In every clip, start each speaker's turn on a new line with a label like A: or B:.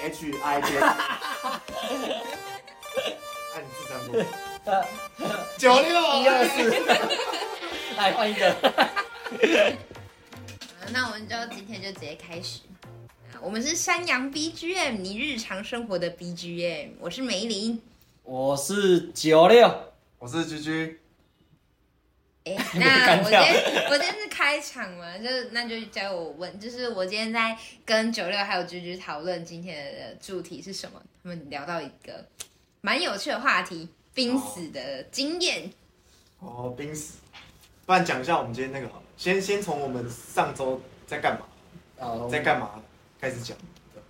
A: H I J，按智障多，九六
B: 一二四， 来换一个。
C: 好那我们就今天就直接开始。啊我们是山羊 BGM，你日常生活的 BGM。我是梅林。
B: 我是九六，
A: 我是居居，
C: 哎、
B: 干
C: 那我今
B: 掉
C: 天我今天是开场嘛，就是那就叫我问，就是我今天在跟九六还有居居讨论今天的主题是什么，他们聊到一个蛮有趣的话题，濒死的经验。
A: 哦，濒死。不然讲一下我们今天那个好了，先先从我们上周在干嘛，
B: 哦
A: 在干嘛开始讲。对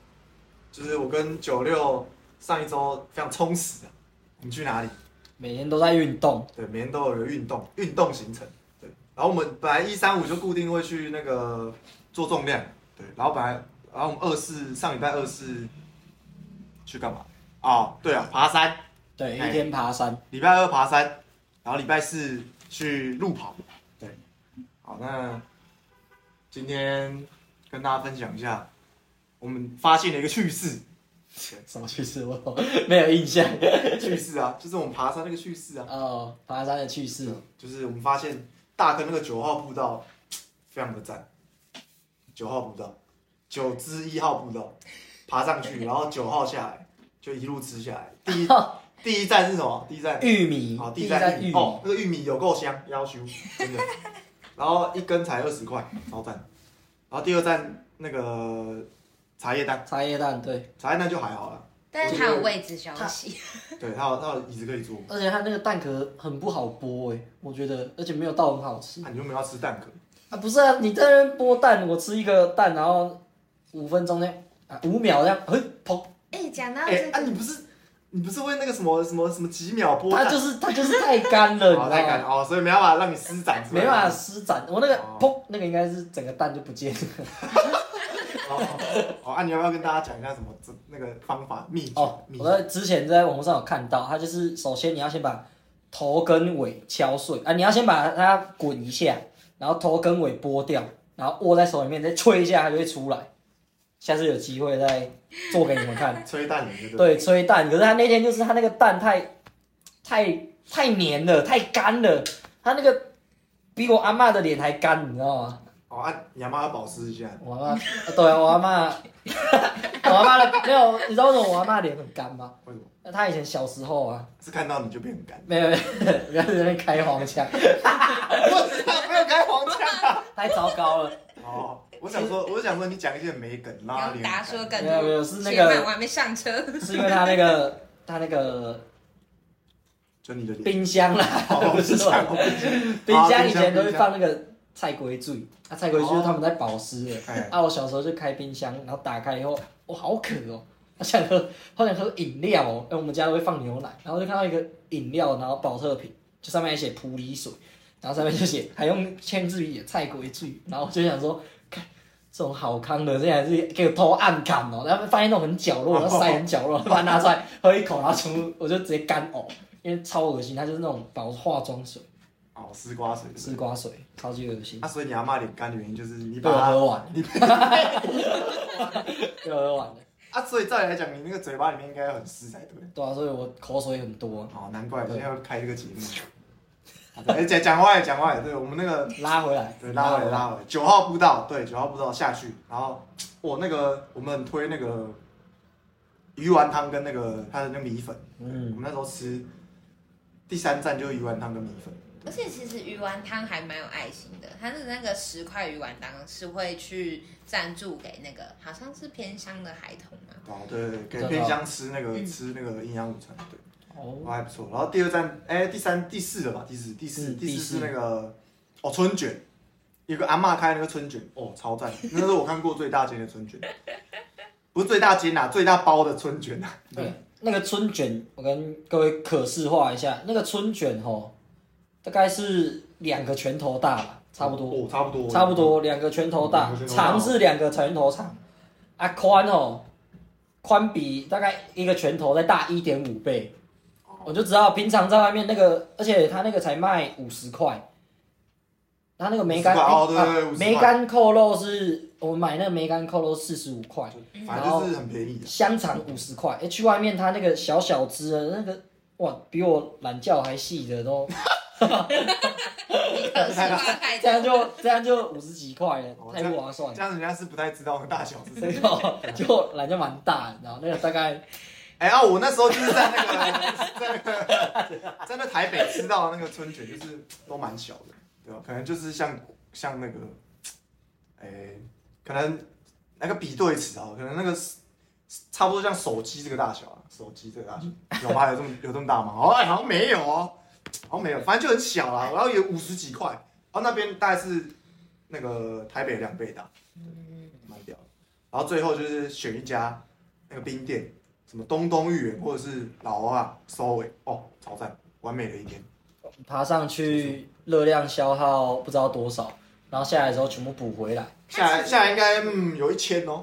A: 就是我跟九六上一周非常充实啊，我们去哪里？
B: 每天都在运动，
A: 对，每天都有一个运动运动行程。对，然后我们本来一三五就固定会去那个做重量，对，然后本来然后我们二四上礼拜二四去干嘛？哦，对啊，爬山，
B: 对，一
A: 哎
B: 天爬山，
A: 礼拜二爬山，然后礼拜四去路跑。对，好，那今天跟大家分享一下，我们发现了一个趣事，
B: 什么趣事我没有印象。
A: 趣事啊，就是我们爬山那个趣事啊，
B: 哦，爬山的趣事，
A: 就是我们发现大坑那个九号步道非常的赞，九号步道，九至一号步道，爬上去，然后九号下来，就一路吃下来。 第一第一站是什么？第一站
B: 玉米
A: 好，，
B: 第
A: 地
B: 一
A: 站
B: 站
A: 玉
B: 玉
A: 米
B: 米，
A: 哦，那个玉米有够香，要求真的。然后一根才二十块，超赞。然后第二站那个茶叶蛋，
B: 茶叶蛋，对，
A: 茶叶蛋就还好了，
C: 但是他有位置消息，
A: 对，它有它有椅子可以坐，
B: 而且它那个蛋壳很不好剥哎、我觉得，而且没有到很好吃
A: 那、你就没有要吃蛋壳。
B: 啊。不是啊，你在那边剥蛋，我吃一个蛋，然后五分钟这样，啊五秒这样，嘿，砰，
C: 哎，讲、到
A: 哎、
C: 这个，
A: 啊，你不是你不是为那个什么什么什么几秒波
B: 它
A: 蛋？
B: 就是它就是太干了，你知道
A: 好
B: 吗？
A: 太干了哦，所以没办法让你施展出来，
B: 没办法施展，我那个
A: 啊哦
B: 砰，那个应该是整个蛋就不见了。
A: 哦。哦，啊，你要不要跟大家讲一下什么这那个方法秘诀？
B: 哦，
A: 秘
B: 我
A: 诀
B: 在之前在网络上有看到，它就是首先你要先把头跟尾敲碎啊，你要先把它滚一下，然后头跟尾剥掉，然后握在手里面再吹一下，它就会出来。下次有机会再做给你们 看。
A: 吹蛋你就对了，
B: 对，吹蛋，可是它那天就是它那个蛋太太太黏了，太干了，它那个比我阿嬷的脸还干，你知道吗？
A: 哦啊，你要不要保湿一下？
B: 我阿妈，对啊，我阿妈，我阿妈的没有，你知道为什么我阿妈脸很干吗？
A: 为什么？
B: 那她以前小时候啊，
A: 是看到你就变 很干？
B: 没有，没有不要在那边开黄腔，
A: 我知道没有开黄腔啊。
B: 太糟糕了。
A: 哦，我想说，我想说，你讲一些美梗拉
C: 要
A: 脸。
C: 达说更
B: 没有没有是那个
C: 千万我还没上车。
B: 是因为她那个她那个
A: 就你的脸。
B: 冰箱啦，
A: 哦，我
B: 不
A: 是
B: 是
A: 这样。
B: 吧
A: 我不是
B: 冰
A: 啊
B: 箱
A: 冰
B: 以
A: 箱
B: 前都会
A: 冰箱
B: 放那个菜龟醉，啊，菜龟醉就是他们在保湿的。
A: 哎，
B: 啊，我小时候就开冰箱，然后打开以后，我好渴哦，我想喝，好想喝饮料哦。哎，我们家都会放牛奶，然后就看到一个饮料，然后保特瓶，就上面还写普洱水，然后上面就写还用千字语菜龟句，然后我就想说，看这种好康的，这还是给我偷暗砍哦。然后发现那种很角落，然后塞很角落，把它拿出来喝一口，然后全部我就直接干呕，因为超恶心，它就是那种保化妆水、
A: 哦，丝瓜水是
B: 丝瓜水，超级恶心
A: 不是。啊，。所以你阿妈脸干的原因就是你
B: 被
A: 把
B: 我
A: 它
B: 喝完了，
A: 你
B: 被我喝完了。
A: 啊，所以照理来讲，你那个嘴巴里面应该要很湿才对。
B: 对啊，所以我口水很多。
A: 哦，难怪
B: 对
A: 现在要开这个节目。好的哎，讲讲话也讲话也对，我们那个
B: 拉回来，
A: 对拉回来拉回来，九号步道对九号步道下去，然后我那个我们很推那个鱼丸汤跟那个它的那个米粉，我
B: 嗯，
A: 们那时候吃第三站就是鱼丸汤跟米粉。
C: 而且其实鱼丸汤还蛮有爱心的，它的那个十块鱼丸汤是会去赞助给那个好像是偏乡的孩童嘛，
A: 哦，对对对，
B: 真的
A: 给
B: 哦
A: 偏乡吃那个
C: 嗯
A: 吃那个营养午餐，对，
B: 哦，
A: 哦还不错。然后第二站，哎，第三、第四了吧？第四、第四、
B: 嗯
A: 第
B: 第
A: 四
B: 四
A: 是那个哦春卷，有个阿嬷开那个春卷，哦超赞，那是我看过最大间的春卷，不是最大间啊，最大包的春卷啊。
B: 对，那个春卷，我跟各位可视化一下，那个春卷吼，大概是两个拳头大吧，差不多，
A: 哦，差不多，
B: 差不。多两个拳头大
A: 两个，拳头大
B: 长是两个拳头长，啊宽哦，宽比大概一个拳头再大一点五倍，我就知道平常在外面那个，而且他那个才卖五十块，然后那个梅
A: 50
B: 干
A: 块哦对
B: 哎
A: 对对50块
B: 梅干扣肉是我们买那个梅干扣肉四十五块，
A: 反正就是很便宜的。
B: 香肠五十块。哎、去外面它那个小小只的那个，哇，比我懒觉还细 的都，
C: 你可是八块
B: 这样就这样就五十几块了
A: 哦，
B: 太不划算
A: 这
B: 了。
A: 样人家是不太知道我的大小是
B: 所
A: 谁
B: 以。就就懒觉蛮大的，然后那个大概
A: 哎啊，我那时候就是在那个在那个 在那台北吃到的那个春卷，就是都蛮小的，对吧？可能就是像像那个，哎、可能那个比对尺啊，可能那个是差不多像手机这个大小啊，手机这个大小有吗？有这么有这么大吗？哦，哎好像没有哦，好像没有，反正就很小啦。然后有五十几块，然后那边大概是那个台北两倍大，对蛮屌的。然后最后就是选一家那个冰店。什么东东芋圆或者是老啊收尾哦，超赞，完美的一天。
B: 爬上去，热量消耗不知道多少，然后下来之后全部补回来，
A: 下来下来应该嗯有一千哦，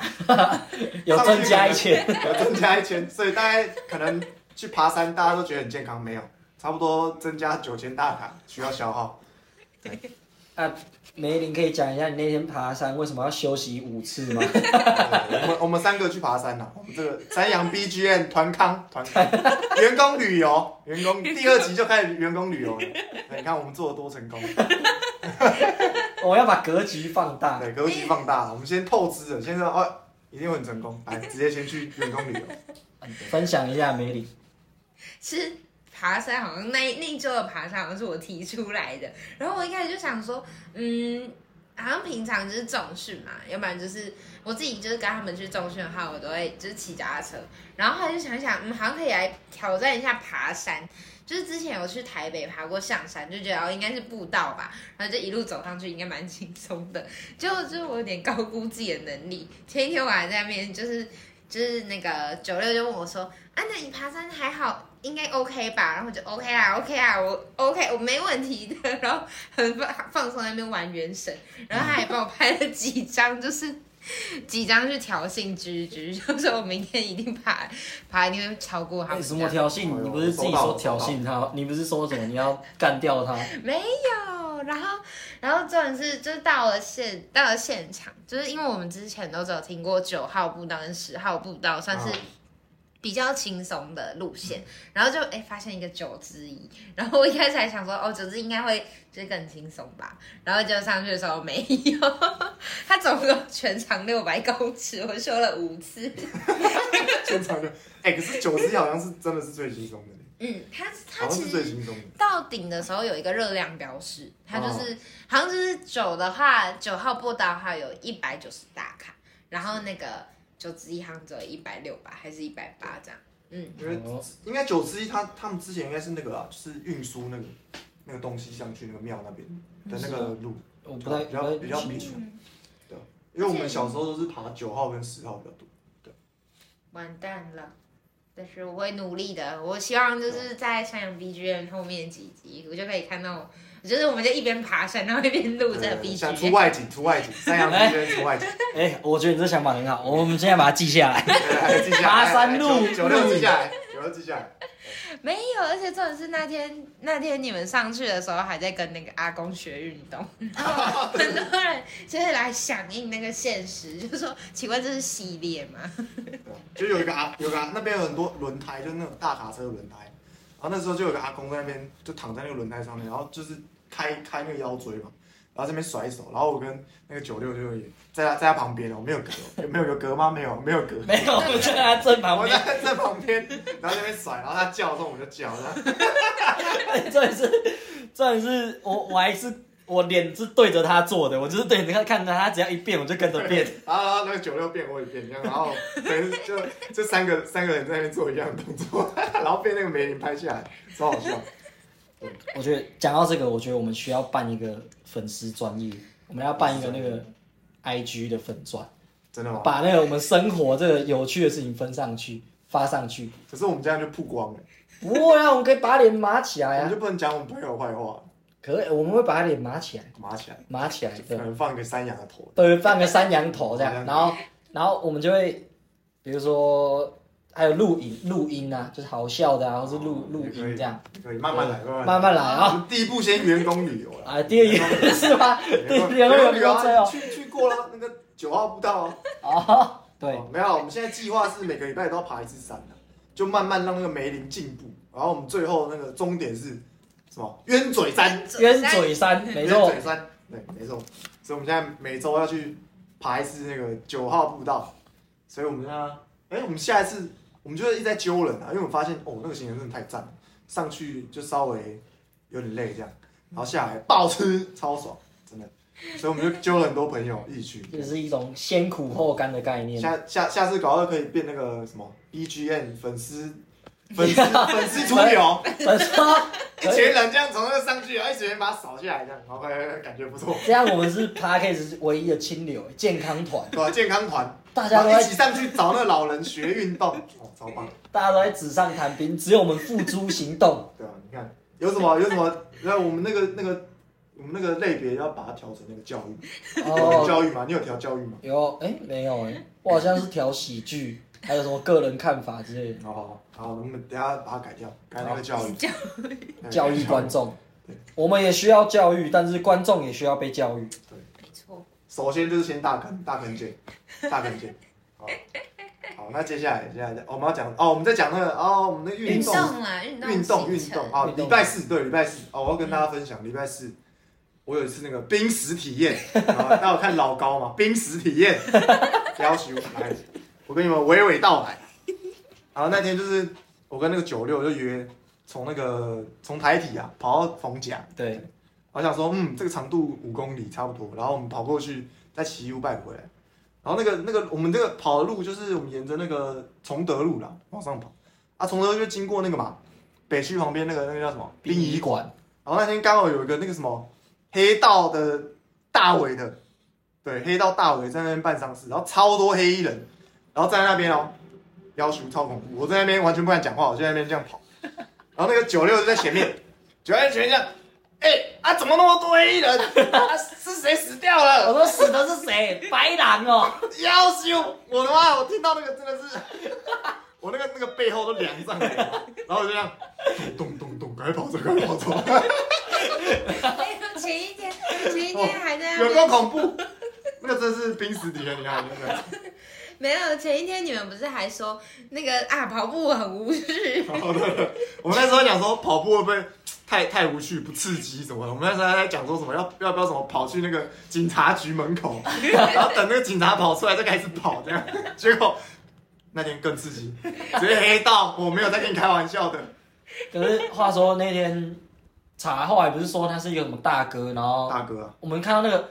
B: 有增加一千。
A: 有增加一千，所以大概可能去爬山大家都觉得很健康，没有，差不多增加九千大卡需要消耗。
B: 啊，梅林可以讲一下你那天爬山为什么要休息五次吗？
A: 对我们我们三个去爬山呐、我们这个三阳 B G M 团康团康员工旅游，员工第二集就开始员工旅游了，对你看我们做的多成功，
B: 我要把格局放大。
A: 对，格局放大，我们先透支了，现在哦一定会很成功，来直接先去员工旅游。
B: 分享一下梅林，
C: 是爬山，好像那一那一周的爬山好像是我提出来的。然后我一开始就想说，嗯，好像平常就是重训嘛，要不然就是我自己就是跟他们去重训的话，我都会就是骑脚踏车。然后后来就想一想，嗯，好像可以来挑战一下爬山。就是之前有去台北爬过象山，就觉得哦应该是步道吧，然后就一路走上去应该蛮轻松的。结果就是我有点高估自己的能力，前一天我还在那边就是就是那个九六就问我说，啊，那你爬山还好，应该 OK 吧？然后我就 OK 啊，OK 啊，我 OK，我没问题的。然后很放放松在那边玩原神，然后他还帮我拍了几张，就是几张去挑衅居居，就说我明天一定爬爬一定会超过他
B: 为
C: 们
B: 什
C: 这
B: 么
C: 样。
B: 挑
A: 哎
B: 衅？你不是自己说挑衅他，你不是说什么你要干掉他？
C: 没有，哦然后然后重点是，就是到了现到了现场，就是因为我们之前都只有听过九号步道跟十号步道，算是
A: 嗯
C: 比较轻松的路线，然后就哎发现一个九之一，然后我一开始还想说哦九之一应该会就是更轻松吧，然后就上去的时候没有， 它总共全长六百公尺，我修了五次，
A: 现场就，哎、可是九十一好像是真的是最轻松的，
C: 嗯，它它
A: 好像
C: 其
A: 是最
C: 实
A: 轻松的。
C: 到顶的时候有一个热量标示，它就是、好像就是九的话，九号步道的话有一百九十大卡，然后那个九十一好像只有一百六吧，还是一百八这样。嗯，
A: 因为
B: 哦
A: 应该九十一，他他们之前应该是那个啊，就是运输那个那个东西上去那个庙那边的那个
C: 嗯
A: 路，啊
B: 我不太
A: 比较
B: 不
A: 比较
B: 太
A: 明确。对，因为我们小时候都是爬九号跟十号比较多。
C: 完蛋了。但是我会努力的，我希望就是在山羊 B G M 后面几集，我就可以看到我，就是我们就一边爬山，然后一边录这个 B
A: 对
C: G
A: 像出
C: M。
A: 外景，出外景，三阳之间出外景，
B: 哎，我觉得你这想法很好，我们现在把它记下来。
A: 对来记下来
B: 爬山路
A: 来来九九六记下来，九六记下来。
C: 没有，而且重点是那天那天你们上去的时候还在跟那个阿公学运动，然后 很多人就是来响应那个现实，就说请问这是系列吗？
A: 对就有一个啊阿，有个阿那边有很多轮胎，就是那种大卡车的轮胎。然后那时候就有个阿公在那边就躺在那个轮胎上面，然后就是开开那个腰椎嘛，然后这边甩手，然后我跟那个九六就也在他在他旁边哦，没有隔，有没有有隔吗？没有，没有隔。
B: 没有，我在他正旁
A: 我
B: 边。
A: 在在旁边，然后在那边甩，然后他叫的时候我就叫，然后
B: 重点是，重点是我我还是我脸是对着他做的，我就是对着他看着他，只要一变我就跟着变。
A: 然后然后那个九六变我也变这样，然后等于就这三个三个人在那边做一样的动作， 然后被那个梅林拍下来，超好笑。
B: 我觉得讲到这个，我觉得我们需要办一个粉丝专业，我们要办一个那个 I G 的粉钻，
A: 真的吗？
B: 把那个我们生活这个有趣的事情分上去，发上去。
A: 可是我们这样就曝光了，
B: 不会啊，我们可以把脸码起来
A: 我们
B: 啊
A: 就，不能讲我们朋友坏话，
B: 可以，我们会把脸码起来，
A: 麻起来，
B: 码起来，
A: 可
B: 对，
A: 能放一个山羊的头，
B: 对，放个山羊头这
A: 山羊
B: 样，然后然后我们就会，比如说还有录影录音啊，就是好笑的啊，或是录录
A: 也可以
B: 音这样，
A: 可以慢慢来，慢慢来。
B: 慢慢来啊。
A: 我们第一步先员工旅游了。
B: 啊，第二个是吗？第二
A: 员
B: 个
A: 工
B: 不
A: 旅游
B: 用追
A: 啊，
B: 哦。
A: 去去过了那个九号步道啊。
B: 哦，对，
A: 哦，没有，我们现在计划是每个礼拜都要爬一次山的，就慢慢让那个梅林进步。然后我们最后那个终点是什么？冤嘴山，
B: 冤嘴山，没错
A: 冤，嘴山，对，没错。所以我们现在每周要去爬一次那个九号步道。所以我们现在，哎，我们下一次我们就是一直在揪人啊，因为我们发现哦，那个行程真的太赞了，上去就稍微有点累这样，然后下来暴吃，超爽，真的。所以我们就揪了很多朋友一起去。
B: 这是一种先苦后甘的 概念。
A: 下下下次搞到可以变那个什么 BGM 粉丝粉丝粉丝出 游，
B: 我说
A: 一群人这样从那个上去，然后一群人把它扫下来，这样，然后哎感觉不错，
B: 这样我们是 p a c k a g e 唯一的清流健康团，
A: 对吧？啊健康团，
B: 大家
A: 然
B: 都
A: 哦后一
B: 在
A: 起上去找那个老人学运动，哦，超棒，
B: 大家都在纸上谈兵，只有我们付诸行 动。
A: 对吧？你看有什么有什么，然后我们那个那个我们那个类别要把它调成那个教育，有
B: 哦，
A: 教育嘛，你有调教育吗？
B: 有哎、没有哎、我好像是调喜剧，还有什么个人看法之类的，
A: 好好好，好，我们等一下把它改掉，改那个教育，对
B: 教育观，众。我们也需要教育，但是观众也需要被教育。
C: 没错，
A: 首先就是先大坑，大坑见，大坑见。好，好，那接下来，接下来、哦我们要讲哦，我们在讲那个哦，我们的运
C: 运
A: 动，
C: 动啦，运
A: 运动，
C: 行
A: 运
C: 程嗯
A: 动。哦
B: 运，动
A: 礼拜四，对，礼拜四，哦，我要跟大家分享，礼拜四我有一次那个濒死体验，啊那我看老高嘛， 濒死体验，要求来，我跟你们娓娓道来。然后那天就是我跟那个九六就约从那个从台体啊跑到逢甲，
B: 对，
A: 我想说，嗯，这个长度五公里差不多，然后我们跑过去，再骑 U b i 回来。然后那个那个我们这个跑的路就是我们沿着那个崇德路啦往上跑，啊，崇德路就经过那个嘛北区旁边那个那个叫什么殡仪馆。
B: 馆，
A: 然后那天刚好有一个那个什么黑道的大尾的，对，黑道大尾在那边办丧事，然后超多黑衣人，然后站在那边哦，要求超恐怖，我在那边完全不敢讲话，我就在那边这样跑，然后那个九六就在前面， 九六在前面这样，哎、啊怎么那么多黑衣人？啊是谁死掉
B: 我
A: 了？
B: 说死的是谁？白狼哦、
A: 要求我的妈！我听到那个真的是，我那个那个背后都凉上来了，然后我就这样咚咚咚咚，赶快跑走，赶快跑走。
C: 哎呦前一天，前一天还在那
A: 有够
C: 边
A: 恐怖， 那个真是濒死体验，你看那个，
C: 没有，前一天你们不是还说那个啊跑步很无趣？
A: 我们那时候讲说跑步会不会太太无趣、不刺激什么的，我们那时候还在讲说什么要要不要什么跑去那个警察局门 口，然后等那个警察跑出来再开始跑这样，结果那天更刺激，直接黑道，我没有在跟你开玩笑的，
B: 可是话说那天查后来不是说他是一个什么大哥，然后
A: 大哥啊，
B: 我们看到那个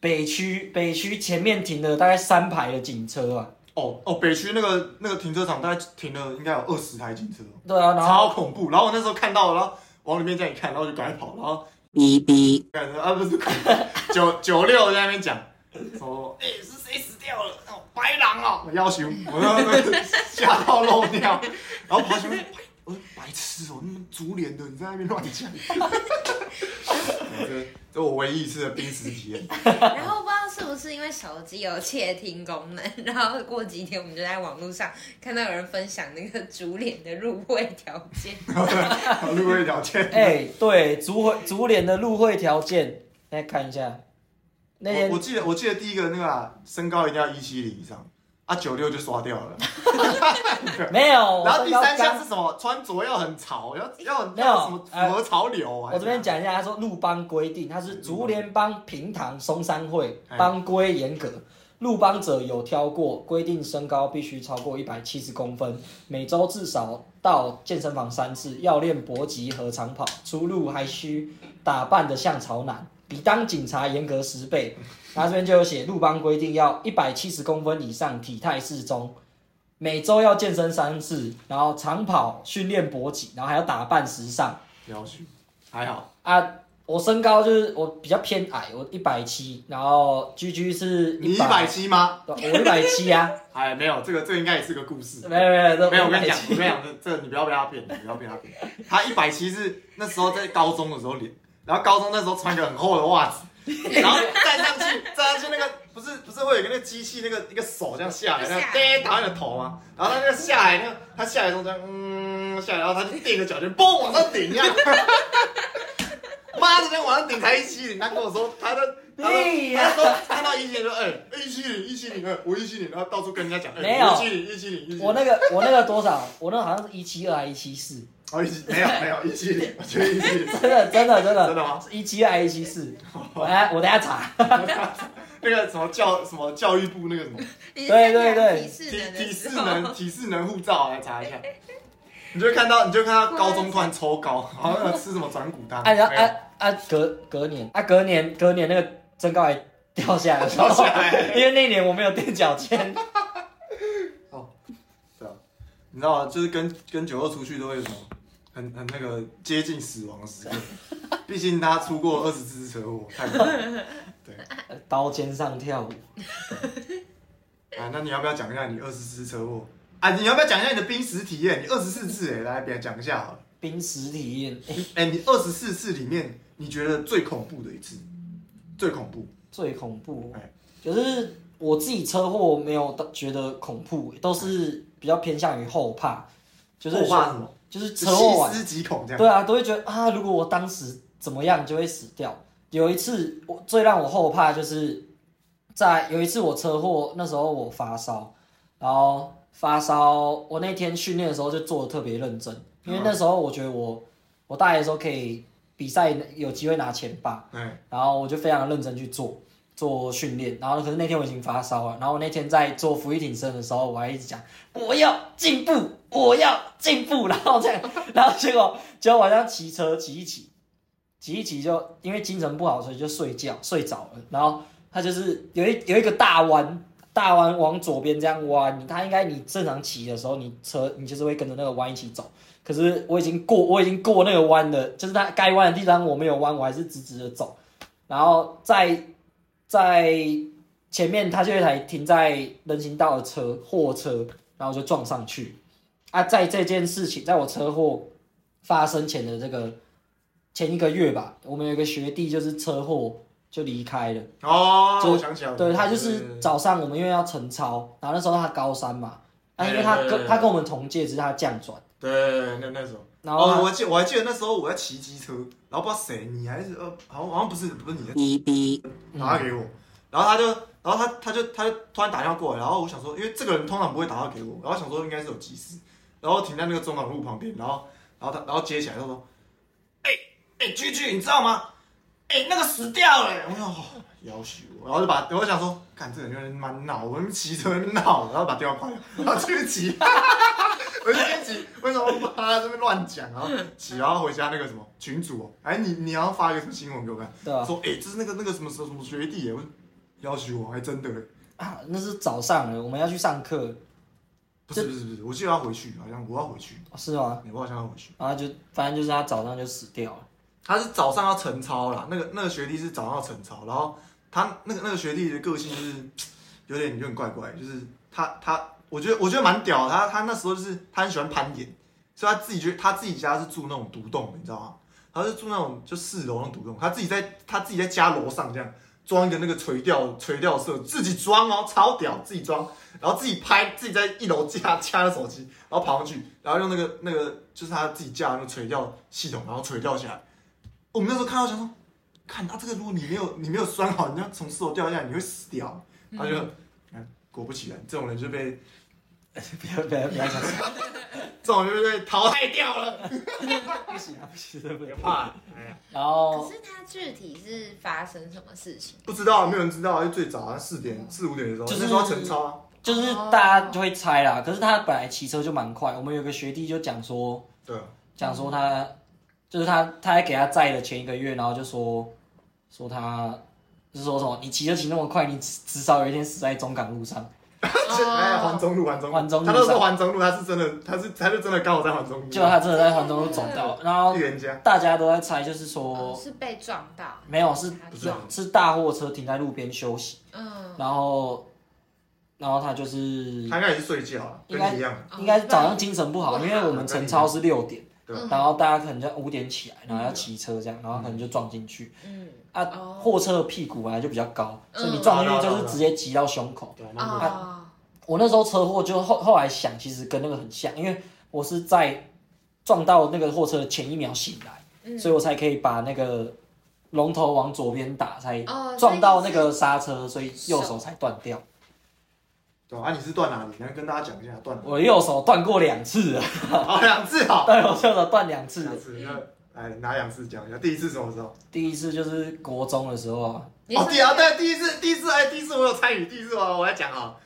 B: 北区北区前面停了大概三排的警车啊，
A: 哦哦，北区那个那个停车场大概停了应该有二十台警车哦，
B: 对啊，然
A: 超
B: 后
A: 恐怖，然后我那时候看到了，然后往里面这样一看，然后我就赶快跑，然后。
D: 逼逼。
A: 干啊不是九九六在那边讲说，哎、是谁死掉了？哦，白狼哦，我要求我那时候吓到漏尿，然后跑去问白，我说白痴哦，那么竹帘的，你在那边乱 讲。这这我唯一一次的濒死体 验，
C: 然后不知道是不是因为手机有窃听功能，然后过几天我们就在网络上看到有人分享那个竹脸的入会条件，
A: 路过一条街，
B: 哎、对，竹会竹联的入会条件，来看一下，那
A: 我我
B: 天
A: 记得我记得第一个那个啊，身高一定要一七零以上，啊九六就刷掉了。
B: 没有，
A: 然后第三项
B: 项
A: 是什么？穿着要很潮，要要很
B: 哎没有呃
A: 要什么符合潮流啊？
B: 我这边讲一下，他说陆邦规定，他是竹联帮平塘松山会
A: 哎
B: 帮规严格，陆邦者有挑过规定身高必须超过一百七十公分，每周至少到健身房三次，要练搏击和长跑，出入还需打扮的像潮男，比当警察严格十倍。然后这边就有写陆邦规定要一百七十公分以上，体态适中。每周要健身三次，然后长跑训练搏击，然后还要打扮时尚，
A: 要求还好，
B: 啊，我身高就是我比较偏矮，我一百七，然后居居是
A: 你一百
B: 百，
A: 七吗？
B: 我一百 七啊，
A: 哎，没有，这个这个应该也是个故事。
B: 没有没有
A: 没有，我跟你讲，
B: 170
A: 我跟你讲，这这个你不要被他骗，你不要被他骗。他一百七是那时候在高中的时候练，然后高中那时候穿个很厚的袜子，然后站上去，站上去那个不不是不是会有一个那个机器那个一个手这样下来，
C: 就
A: 这
C: 下来
A: 样叮打你的头吗？然后他那个下来，那个他下来的时候这样嗯下来，然后他就垫个脚尖，嘣往上顶一样。妈的，那往上顶才一七零，他跟我说他的。他说
B: 对呀
A: 他说看到一七零说，哎，一七零，一七零，哎，我一七零，然后到处跟人家讲，哎，
B: 没有
A: 一七零，一七零，
B: 我那个我那个多少？我那个好像是一七二还一七四，
A: 哦，一七没有没有一七零，我觉得一七零，
B: 真的真的真
A: 真的
B: 的，
A: 吗？
B: 一七二还一七四。我等下我等下查，
A: 那个什么教什么教育部那个什么
C: 对
B: 对对对
A: 体
C: 提示人
A: 体
C: 的
A: 适
C: 时
A: 能
C: 候，
A: 体适能护照来查一下，你就会看到你就会看到高中突然抽高， 好像吃什么转骨汤，
B: 啊然后
A: 没有
B: 啊啊隔隔年啊隔年隔年那个增高还掉下来，
A: 掉下来
B: 因为那年我没有垫脚尖。
A: 对啊，你知道吗？就是跟跟酒后出去都会有什么很很那个接近死亡的时刻，毕竟他出过二十次车祸，太可怕了。对
B: 刀尖上跳舞，
A: 啊，那你要不要讲一下你二十次车祸？啊，你要不要讲一下你的濒死体验？你二十四次哎，来，别讲一下好了。
B: 濒死体验、欸
A: 哎、你二十四次里面，你觉得最恐怖的一次，最恐怖？
B: 最恐怖
A: 哎。
B: 可是我自己车祸没有到觉得恐怖、欸都是比较偏向于后怕，就是
A: 后怕什么？
B: 就是车祸
A: 细
B: 完，
A: 思极恐这样。
B: 对啊，都会觉得啊，如果我当时怎么样就会死掉。有一次我最让我后怕就是在有一次我车祸，那时候我发烧，然后发烧，我那天训练的时候就做的特别认真，
A: 嗯
B: 因为那时候我觉得我我大一的时候可以比赛有机会拿前八，
A: 哎，
B: 然后我就非常认真去做做训练，然后可是那天我已经发烧了，然后我那天在做俯卧挺身的时候，我还一直讲我要进步，我要进步，然后这样，然后结果结果晚上骑车骑一骑，骑一骑就因为精神不好，所以就睡觉睡着了，然后他就是有一有一个大弯。大弯往左边这样弯，你他应该你正常骑的时候，你车你就是会跟着那个弯一起走。可是我已经过，我已经过那个弯了，就是它该弯的地方我没有弯，我还是直直的走。然后在在前面，它就有一台停在人行道的车，货车，然后就撞上去。啊，在这件事情，在我车祸发生前的这个前一个月吧，我们有一个学弟就是车祸就离开了。
A: 哦，
B: 就
A: 我想起来了，
B: 对他就是
A: 嗯
B: 早上我们因为要晨操，然后那时候他高三嘛，啊，因为他
A: 哎对对
B: 跟
A: 对
B: 他跟我们同届，只是他降转，
A: 对对，那那时候，
B: 然后
A: 哦，
B: 他
A: 我记我还记得那时候我在骑机车，然后不知道谁，你还是呃，好像好像不是不是你在，打给我，然后他就然后他他就他就突然打电话过来，然后我想说，因为这个人通常不会打电话给我，然后想说应该是有急事，然后停在那个中港路旁边，然后然后他然后接起来他说，哎哎居居你知道吗？哎那个死掉了，我想哦要死我，然后就把我想说，看这个人有点蛮闹，我们骑车闹，然后把电话挂掉，然后继续骑。我就先骑，为什么不他这边乱讲？然后骑，然后回家那个什么群主哦，哎，你你要发一个什么新闻给我看？
B: 对啊
A: 说哎、这是那个那个什么什么什么学弟耶，我要求我还真的耶，
B: 啊，那是早上了，我们要去上课，
A: 不是不是不是，我记得要回去，好像我要回去，
B: 哦是吗？
A: 哎我好像要回去。
B: 然后就反正就是他早上就死掉了。
A: 他是早上要晨操啦，那个那个学弟是早上要晨操，然后他那个那个学弟的个性就是有点有点怪怪，就是他他我觉得我觉得蛮屌的，他他那时候就是他很喜欢攀岩，所以他自己觉得他自己家是住那种独栋的，你知道吗？他是住那种就四楼那种独栋，他自己在他自己在家楼上这样装一个那个垂钓垂钓设，自己装哦，超屌，自己装，然后自己拍，自己在一楼架架着手机，然后跑上去，然后用那个那个就是他自己架的那个垂钓系统，然后垂钓下来。我们那时候看到想说，看他、啊、这个，如果你没有你没有拴好，人家从四楼掉下来，你会死掉。他就，嗯果不其然，这种人就被
B: 不要不要不要讲，
A: 这种人就被 淘汰哎掉了。
B: 不行啊不行，不行。
A: 怕，
B: 然
C: 可
B: 后
C: 是它具体是发生什么事情？
A: 不知道，没有人知道，就最早啊四点四五点的时候，
B: 就是
A: 那时候晨操 啊，
B: 就是大家就会猜啦，可是他本来骑车就蛮快，我们有个学弟就讲说
A: 对啊，
B: 讲说他就是他他还给他载的前一个月，然后就说说他就说什么你骑车骑那么快，你至少有一天死在中港路上，
A: 哎，环中路，环中路，
B: 环中路
A: 他都是
B: 上
A: 环中路，他是真的，他是他就啊真的刚好在环中路，
B: 结果他真的在环中路走到，然后
A: 预言家，
B: 大家都在猜，就是
C: 哦，
B: 说
C: 是被撞到，
B: 没有是
C: 不
A: 是
B: 是大货车停在路边休息，
C: 嗯，
B: 然后然后他就是
A: 他应该也是睡觉啊，跟
B: 应该
C: 哦
A: 你一样。
B: 应该是早上精神不好，因为我们晨操是六点，
A: 对
C: 嗯
B: 然后大家可能就五点起来，然后要骑车这样，然后可能就撞进去
C: 嗯，
B: 啊。
C: 哦
B: 货车的屁股本来就比较高，所以你
C: 嗯
B: 撞进去
A: 啊
B: 就
A: 啊啊
B: 是
A: 啊
B: 直接挤到胸口。
A: 对啊，蛮可怕的
C: 哦，
B: 我那时候车祸就后后来想，其实跟那个很像，因为我是在撞到那个货车的前一秒醒来，
C: 嗯
B: 所以我才可以把那个龙头往左边打，才
C: 哦
B: 撞到那个刹车，所以右手才断掉。
A: 对啊，啊你是断哪里？你要跟大家讲一下断哪里。
B: 我右手断过两次了，
A: 好，两次
C: 哦
A: 好，
B: 对，我右手断两次了
A: 两。次。那来哪两次讲一下？第一次什么时候？
B: 第一次就是国中的时候啊，
C: 你
A: 哦，
C: 说
A: 第二对，第一次，第一次，哎，第一次我有参与，第一次我我来讲啊。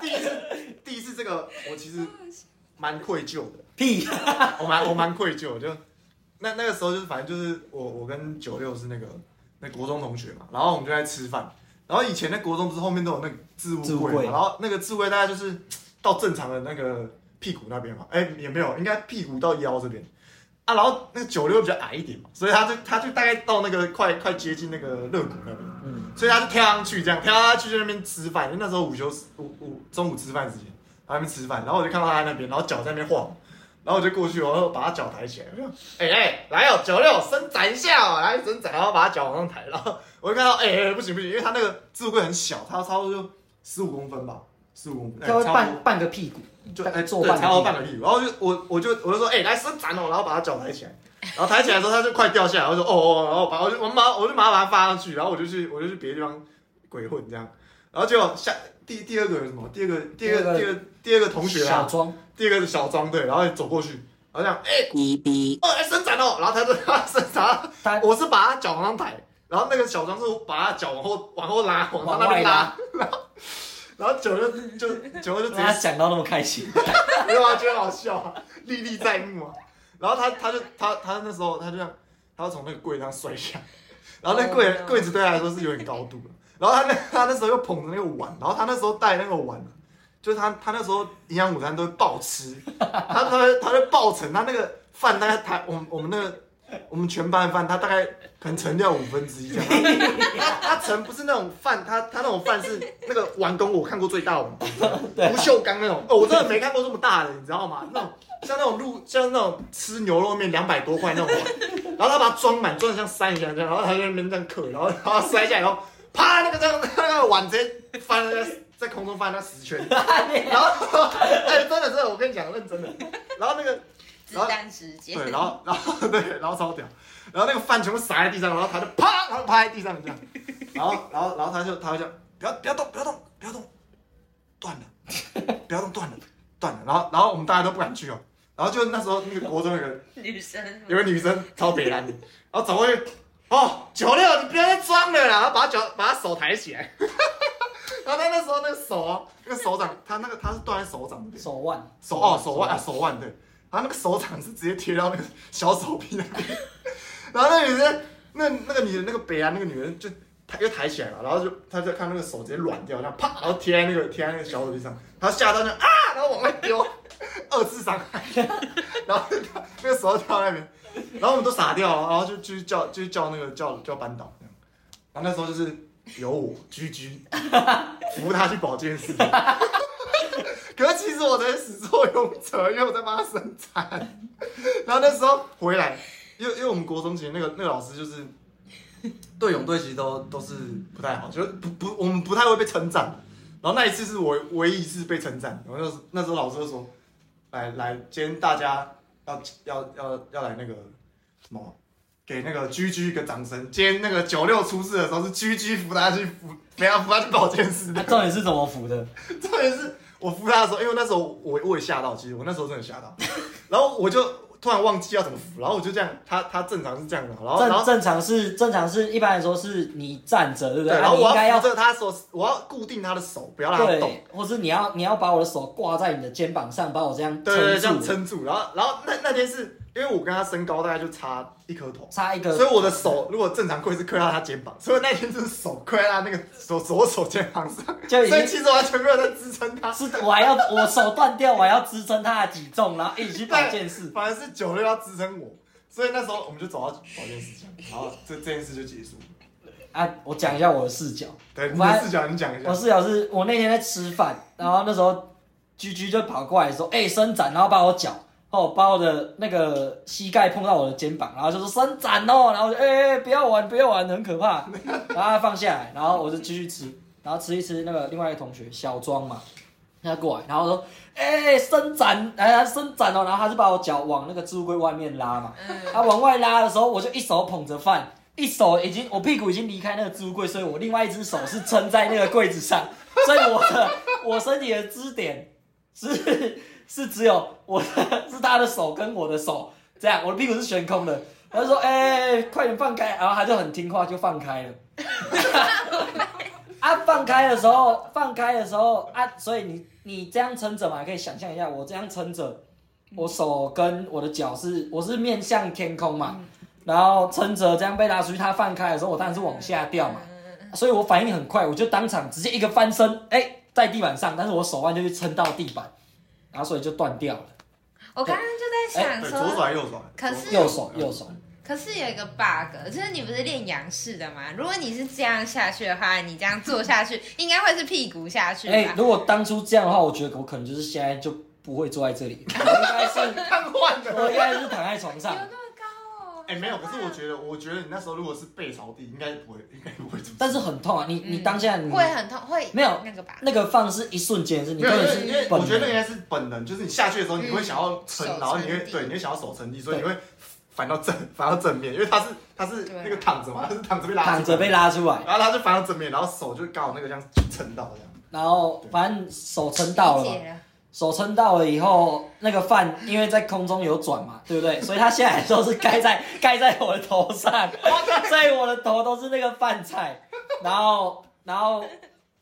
A: 第 第一次，第一次这个我其实蛮愧疚的。
B: 屁，
A: 我蛮我蛮愧疚的，就那那个时候就是反正就是我我跟九六是那个那国中同学嘛，然后我们就在吃饭，然后以前那国中不是后面都有那个置
B: 置
A: 物
B: 物
A: 柜嘛，
B: 柜
A: 然后那个置物柜大概就是到正常的那个屁股那边嘛，哎、也没有，应该屁股到腰这边。啊，然后那个九六比较矮一点嘛，所以他就他就大概到那个快快接近那个肋骨那边，
B: 嗯，
A: 所以他就跳上去，这样跳下去就在那边吃饭。因为那时候午休时午午中午吃饭时间，他在那边吃饭，然后我就看到他在那边，然后脚在那边晃，然后我就过去，然后把他脚抬起来，我就哎哎、来哦，九六伸展一下哦，来伸展，然后把他脚往上抬，然后我就看到哎哎、 不行不行，因为他那个置物柜很小，他差不多就十五公分吧，十五公分，哎
B: 他会
A: 差不多
B: 半半个屁股，
A: 就
B: 大概
A: 哎
B: 坐
A: 对
B: 半个
A: 差不多
B: 屁股
A: 半个屁股，然后就我我就我就说哎、来伸展哦，然后把他脚抬起来，然后抬起来的时候他就快掉下来，我就说哦哦，然后把我就我马我就马上把他发上去，然后我就去我就去别的地方鬼混这样，然后结果下第第二个有什么？第二个第二个
B: 第
A: 第
B: 二
A: 二个第二个同学
B: 小
A: 啊，
B: 庄，
A: 第二个是小张对，然后走过去，然后这样哎逼逼哦哎伸展哦，然后他就他伸展，
B: 他
A: 我是把他脚往上抬，然后那个小张是把他脚往后往后拉，往他那边拉，然后然后九就就九就直接
B: 他讲到那么开心，
A: 没有啊，觉得好笑啊，历历在目啊。然后他他就他他那时候他就这样，他就从那个柜上摔下来，然后那柜、
C: Oh no
A: 柜子对他来说是有点高度的。然后他那他那时候又捧着那个碗，然后他那时候带那个碗，啊就是他他那时候营养午餐都会爆吃，他他会他会爆盛，他那个饭大概他我们我们那个我们全班的饭，他大概可能盛掉五分之一这样。他他盛不是那种饭，他他那种饭是那个碗公我看过最大碗公，不锈钢那种，哦，我真的没看过这么大的，你知道吗？那种像那种路像那种吃牛肉面两百多块那种碗，然后他把它装满，装的像山一样这样，然后他就在那边这样嗑，然后然后摔下来，然后啪那个这样那个碗直接翻了在在空中翻了十圈，然后哎、真的真的，我跟你讲认真的，然后那个
C: 子弹时间，
A: 对，然后然后 对，然后超屌，然后那个饭全部撒在地上，然后他就啪，然后趴在地上这样，然后然后然后他就他就这样不要不要动不要动不要动，断了，不要动断了断了，然后然后我们大家都不敢去哦，然后就那时候那个国中有个
C: 女生
A: 有个女生超北蓝的，然后走过去，哦，九六，你不要再装了啦！然后把脚把她手抬起来， 然后她那时候那个手啊，那个手掌，她那个她是断在手掌的，
B: 手腕，
A: 手哦手腕啊，手腕对，然后那个手掌是直接贴到那个小手臂那边，然后那女生那那个女人那个北啊那个女人就抬又抬起来了，然后就她就看那个手直接软掉，这样啪，然后贴在那个贴在那个小手臂上，她吓到就啊，然后往外丢，二次伤害， 然后她那个手掉在那边，然后我们都傻掉了，然后就继续叫继续叫那个叫叫班导这样，然后那时候就是由我居居扶他去保健室。 可是其实我才是始作俑者，因为我在帮他生产。 然后那时候回来，因为因为我们国中其实那个那个老师就是对泳队其实都都是不太好，就是不不我们不太会被称赞。然后那一次是我唯一一次被称赞，然后那时候那时候老师就说：“来来，今天大家要要要要来那个什么，给那个居居一个掌声。今天那个九六出事的时候是居居扶他去扶，不要扶他去保健室的
B: 啊。重点是怎么扶的？
A: 重点是我扶他的时候，因为那时候我我也吓到，其实我那时候真的吓到，然后我就突然忘记要怎么扶，然后我就这样，他他正常是这样的，然后然
B: 正
A: 后
B: 正常是正常是一般来说是你站着，对不
A: 对，
B: 对？
A: 然
B: 啊，
A: 后
B: 你
A: 我
B: 应该
A: 要
B: 要
A: 扶着他的手，我要固定他的手，不要让他动。
B: 对，或是你要你要把我的手挂在你的肩膀上，把我这样
A: 对对对，这
B: 撑
A: 样
B: 住，
A: 撑住，然后然后那那天是因为我跟他身高大概就差一颗头，
B: 插一个，
A: 所以我的手如果正常跪是跪到他肩膀，所以那天就是手跪在他那个左左手肩膀上，
B: 就已
A: 所以
B: 经
A: 其实完全没有在支撑他，
B: 是我还要我手断掉，我还要支撑他的体重，然后一起去保健室。
A: 反而是九六要支撑我，所以那时候我们就走到保健室讲，然后这这件事就结束了。
B: 啊，我讲一下我的视角。
A: 对，你
B: 我还
A: 的视角你讲一
B: 我
A: 下。
B: 室友是我那天在吃饭，然后那时候居居就跑过来说：“哎、伸展！”然后把我脚，哦，把我的那个膝盖碰到我的肩膀，然后就说伸展哦，然后我就哎、哎不要玩不要玩，很可怕，然后他放下来，然后我就继续吃，然后吃一吃，那个另外一个同学小庄嘛，他过来，然后说哎、伸展，哎他伸展哦，然后他就把我脚往那个置物柜外面拉嘛，他往外拉的时候，我就一手捧着饭。一手已经，我屁股已经离开那个置物柜，所以我另外一只手是撑在那个柜子上，所以我的我身体的支点是 是只有我的是他的手跟我的手这样，我的屁股是悬空的。他就说：“哎、快点放开！”然后他就很听话，就放开了。 啊，放开的时候，放开的时候啊，所以你你这样撑着嘛，可以想象一下，我这样撑着，我手跟我的脚是我是面向天空嘛，然后撑着这样被拉出去，他放开的时候，我当然是往下掉嘛。
C: 嗯
B: 所以我反应很快，我就当场直接一个翻身，哎、在地板上，但是我手腕就去撑到地板，然后所以就断掉了。
C: 我刚刚就
B: 哎
C: 在想
A: 对，左手
C: 说，
A: 还是右手？啊
C: 可是
B: 右
A: 嗯
B: 手，右手，
C: 可是有一个 bug，就是你不是练仰式的吗？如果你是这样下去的话，你这样坐下去，应该会是屁股下去吧？
B: 哎、如果当初这样的话，我觉得我可能就是现在就不会坐在这里，我应该是，
A: 瘫痪的。
B: 我应该是躺在床上
C: 有。那么高哦？
A: 哎、没有，可是我觉得，我觉得你那时候如果是背朝地，应该不会，应该不会出事。
B: 但是很痛啊！你你当下你
C: 嗯会很痛，会
B: 没有
C: 那个吧？
B: 那个放是一瞬间，是你
A: 没
B: 根
A: 有，因
B: 本
A: 为因为
B: 是
A: 我
B: 本
A: 觉得那应
B: 能。
A: 该是本能，就是你下去的时候，你会想要撑，
C: 嗯手
A: 然后你会
C: 撑地
A: 对，你会想要手撑地，所以你
B: 对
A: 会反到正反到正面，因为他是他是
C: 对
A: 那个躺着嘛，他是躺着被拉，
B: 躺着被，拉出来，
A: 然后他就反到正面，然后手就刚好那个这样撑到这样。
B: 然后反正手撑到了嘛
C: 理，解了，
B: 手撑到了以后，那个饭因为在空中有转嘛，对不对？所以它下来的时候是盖在盖在我的头上，所以我的头都是那个饭菜。然后，然后